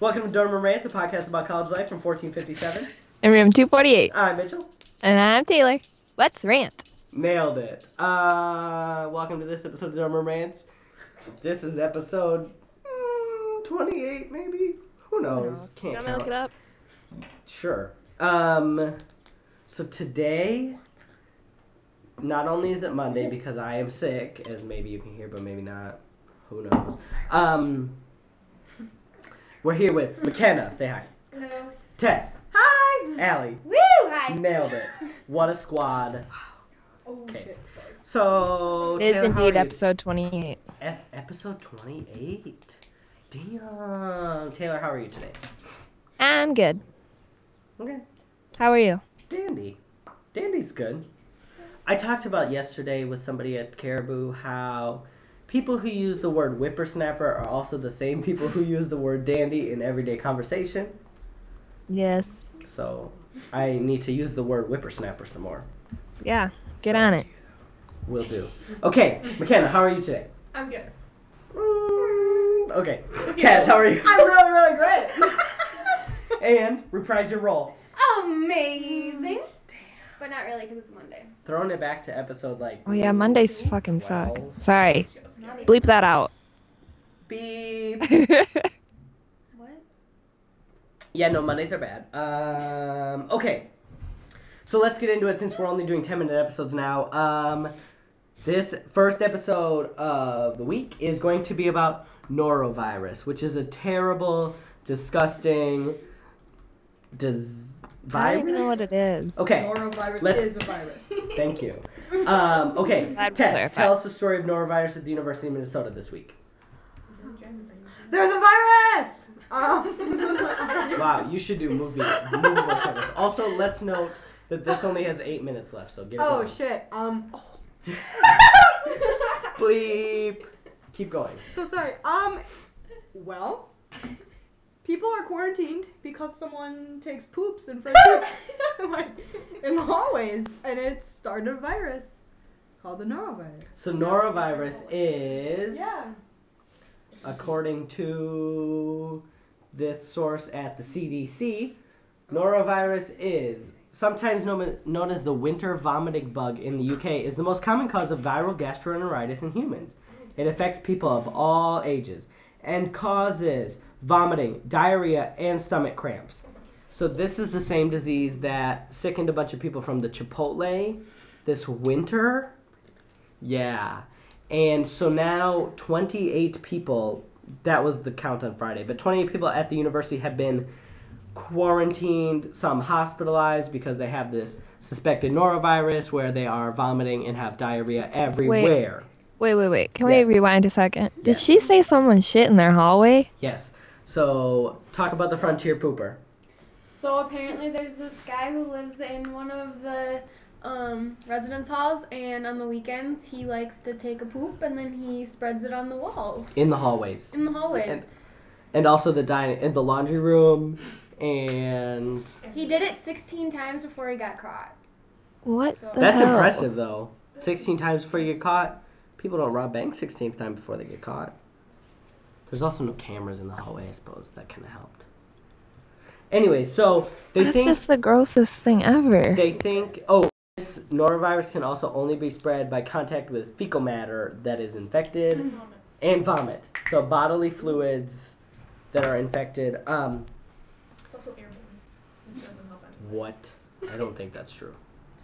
Welcome to Durham Rants, a podcast about college life from 1457. In room 248. I'm Mitchell. And I'm Taylor. Let's rant. Nailed it. Uh, welcome to this episode of Durham Rants. This is episode mm, 28, maybe? Who knows? You Can't want me count. to look it up? Sure. Um, so today, not only is it Monday because I am sick, as maybe you can hear, but maybe not. Who knows? Um, we're here with McKenna. Say hi. Hello. Tess. Hi. Allie. Woo! Hi. Nailed it. What a squad. Oh Okay. shit. Sorry. So It is Taylor, how indeed are you? episode 28. Ep- episode twenty-eight. Damn, Taylor, how are you today? I'm good. Okay, How are you? dandy. Dandy's good. I talked about yesterday with somebody at Caribou how people who use the word whippersnapper are also the same people who use the word dandy in everyday conversation. Yes. So I need to use the word whippersnapper some more. Yeah. Get on it. Will do. Okay, McKenna, how are you today? I'm good. Mm, Okay. Taz, how are you? I'm really, really great. And reprise your role. Amazing. But not really, because it's Monday. Throwing it back to episode like. Oh, yeah. Mondays fucking suck. Wow. Sorry. Shit was scary. Bleep that out. Beep. What? Yeah, no, Mondays are bad. Um, okay. So let's get into it since we're only doing 10 minute episodes now. Um, this first episode of the week is going to be about norovirus, which is a terrible, disgusting dis- virus. I don't even know what it is. Okay, Norovirus Let's- is a virus. thank you. Um, okay, Glad we Tess, clarified. tell us the story of norovirus at the University of Minnesota this week. There's a virus! Um, Wow, you should do movie movable shutters. Also, let's note that this only has eight minutes left, so get it oh going. shit. Um, oh, Bleep. Keep going. so sorry. Um, well, people are quarantined because someone takes poops in front of like, in the hallways, and it started a virus called the norovirus. So norovirus is, according to this source at the CDC, norovirus is sometimes known, known as the winter vomiting bug in the UK is the most common cause of viral gastroenteritis in humans. It affects people of all ages and causes vomiting, diarrhea, and stomach cramps. So this is the same disease that sickened a bunch of people from the Chipotle this winter. Yeah. And so now 28 people, that was the count on Friday, but 28 people at the university have been quarantined, some hospitalized because they have this suspected norovirus where they are vomiting and have diarrhea everywhere. Wait, wait, wait. Can Yes. we rewind a second? Did she say someone shit in their hallway? Yes. So talk about the frontier pooper. So apparently, there's this guy who lives in one of the um, residence halls, and on the weekends he likes to take a poop, and then he spreads it on the walls In the hallways. in the hallways. And also the dining in the laundry room and he did it 16 times before he got caught. What So- the that's hell? impressive though. Sixteen times before you get caught. People don't rob banks sixteen times before they get caught. There's also no cameras in the hallway, I suppose. That kinda helped. Anyway, so they That's think just the grossest thing ever. they think oh this norovirus can also only be spread by contact with fecal matter that is infected and vomit, so bodily fluids that are infected um It's also airborne. It doesn't help anything. what i don't think that's true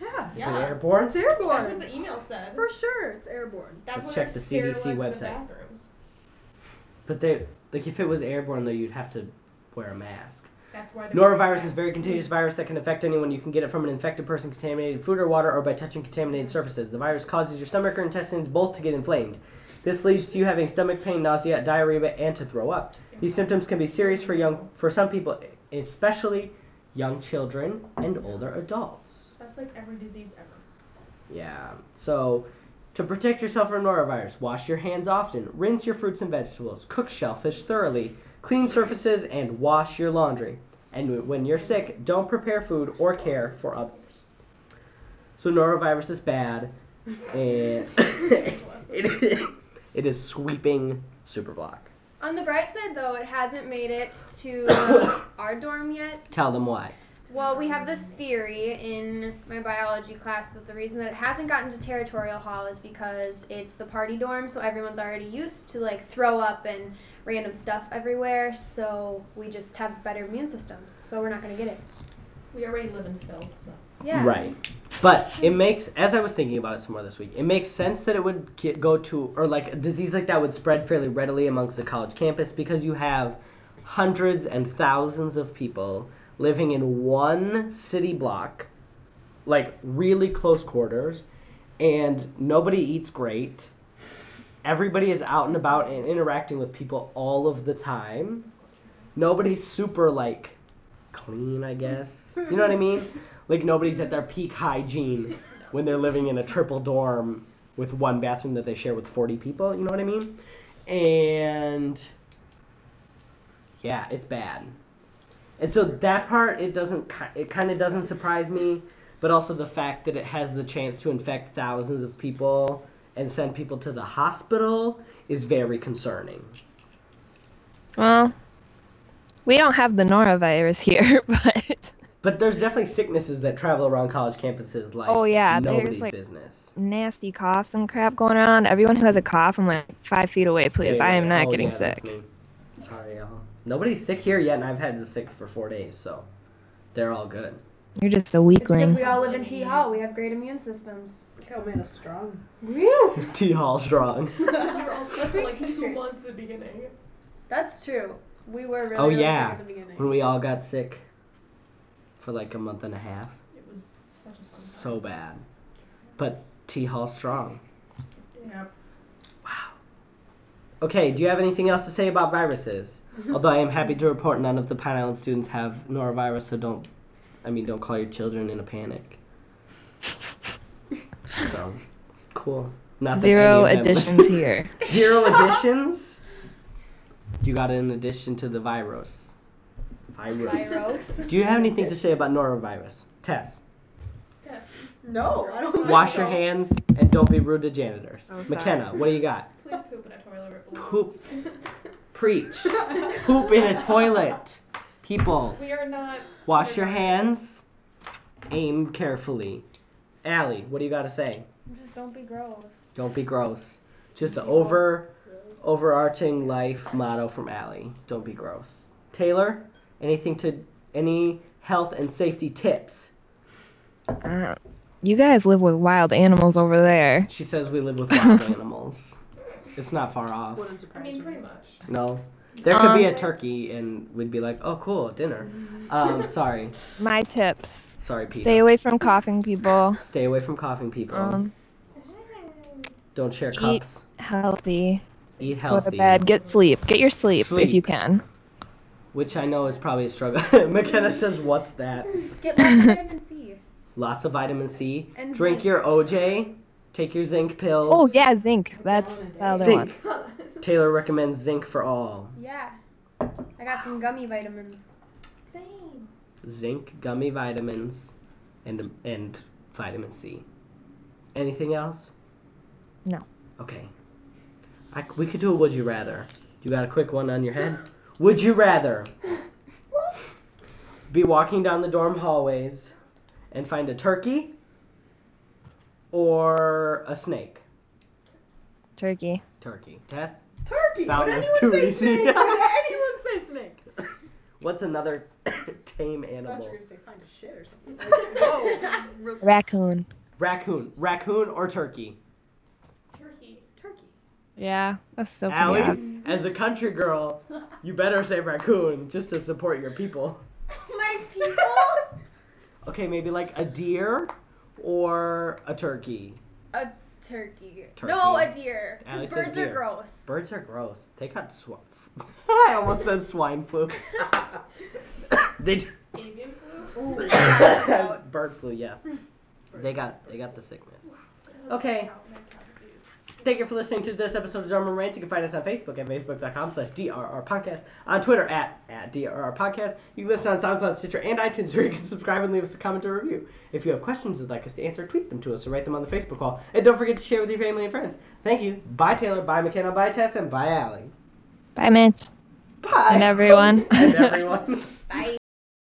Yeah. is it Yeah. airborne It's That's what airborne. the email said. For sure, it's airborne. That's Let's what check our the Sarah CDC was in the website. bathrooms. but they like if it was airborne though you'd have to wear a mask That's why. they're wearing Norovirus is a very masks. contagious virus that can affect anyone. You can get it from an infected person, contaminated food or water, or by touching contaminated surfaces. The virus causes your stomach or intestines both to get inflamed. This leads to you having stomach pain, nausea, diarrhea, and to throw up. These symptoms can be serious for young for some people, especially young children and older adults. That's like every disease ever. Yeah. So, to protect yourself from norovirus, wash your hands often, rinse your fruits and vegetables, cook shellfish thoroughly, clean surfaces, and wash your laundry. And when you're sick, don't prepare food or care for others. So, norovirus is bad, and Bless it. it, it is sweeping Superblock. On the bright side, though, it hasn't made it to uh, our dorm yet. Tell them why. Well, we have this theory in my biology class that the reason that it hasn't gotten to territorial hall is because it's the party dorm, so everyone's already used to like throw up and random stuff everywhere. So we just have better immune systems, so we're not gonna get it. We already live in filth, so. Yeah. Right. But it makes, as I was thinking about it some more this week, it makes sense that it would ki- go to, or like a disease like that would spread fairly readily amongst the college campus because you have hundreds and thousands of people living in one city block, like really close quarters, and nobody eats great. Everybody is out and about and interacting with people all of the time. Nobody's super like clean, I guess. You know what I mean? Like nobody's at their peak hygiene when they're living in a triple dorm with one bathroom that they share with 40 people, you know what I mean? And yeah, it's bad. And so that part it doesn't ki- it kind of doesn't surprise me, but also the fact that it has the chance to infect thousands of people and send people to the hospital is very concerning. Well, we don't have the norovirus here, but But there's definitely sicknesses that travel around college campuses like Oh, yeah, there's, nobody's like- business. nasty coughs and crap going around. Everyone who has a cough, I'm like five feet away, please. Stay I am away. not Oh, getting yeah, that's sick. me. Sorry, y'all. Nobody's sick here yet, and I've had the sick for four days, so they're all good. You're just a It's because weakling. we all live in T Hall. We have great immune systems. Kill man is strong. Woo! T Hall strong. Because we were all sick for make like two t-shirts. months at the beginning. That's true. We were really, Oh, really yeah. sick at the beginning. when we all got sick for like a month and a half, It was such a fun so bad. But T Hall strong. time. Yeah. Okay, do you have anything else to say about viruses? Although I am happy to report none of the Pine Island students have norovirus, so don't, I mean, don't call your children in a panic. So, cool. Not that Zero any of them- additions here. Zero additions? You got an addition to the virus. Virus. Viros. Do you have anything to say about norovirus? Tess, No, I don't. think wash so. your hands and don't be rude to janitors. So sorry. McKenna, what do you got? Please poop in a toilet. it Poop. belongs. Preach. Poop in a toilet. People, We are not. wash your hands. Aim carefully. Allie, what do you got to say? Just don't be gross. Don't be gross. Just the over, overarching life motto from Allie. Don't be gross. Taylor, anything to any health and safety tips? Uh, you guys live with wild animals over there. She says we live with wild animals. It's not far off. Wouldn't I surprise mean, pretty me. much. No, there could be a Um. turkey, and we'd be like, "Oh, cool, dinner." Um, sorry, My tips: sorry, Peter. stay away from coughing people. Stay away from coughing people. Um, Don't share cups. healthy. Eat Go healthy. to bed. Get sleep. Get your sleep, if you Sleep. can. Which I know is probably a struggle. McKenna says, "What's that?" Get lots of vitamin C. Lots of vitamin C. And Drink zinc. your OJ. Take your zinc pills. Oh yeah, zinc. That's the other Zinc. one. Taylor recommends zinc for all. Yeah. I got some gummy vitamins. Same. Zinc gummy vitamins, and and vitamin C. Anything else? No. Okay. I c we could do a would you rather. You got a quick one on your head? Would you rather be walking down the dorm hallways and find a turkey or a snake? Turkey. Turkey. Tess? Turkey. That Would was anyone too say easy. snake? Would anyone say snake? What's another tame I thought you were animal? gonna say find a shit or something. Like, no. Raccoon. Raccoon. Raccoon or turkey? Turkey. Turkey. Yeah, that's so Allie, pretty. as a country girl, you better say raccoon just to support your people. My people? Okay, maybe like a deer or a turkey. a turkey. Turkey. No, a deer. Allie Because says birds are deer. gross. Birds are gross. They got swine. I almost said swine flu. they do- Avian flu. Ooh, yeah, no. bird flu, yeah. They got they got the sickness. Okay. Cow- mad cow disease. Thank you for listening to this episode of Drum and Rant. You can find us on Facebook at facebook.com slash DRR Podcast, on Twitter at, at DRR Podcast. You can listen on SoundCloud, Stitcher, and iTunes where you can subscribe and leave us a comment or review. If you have questions you'd like us to answer, tweet them to us or write them on the Facebook wall. And don't forget to share with your family and friends. Thank you. Bye, Taylor. Bye, McKenna. Bye, Tess. And bye, Allie. Bye, Mitch. Bye. And everyone. and everyone. Bye.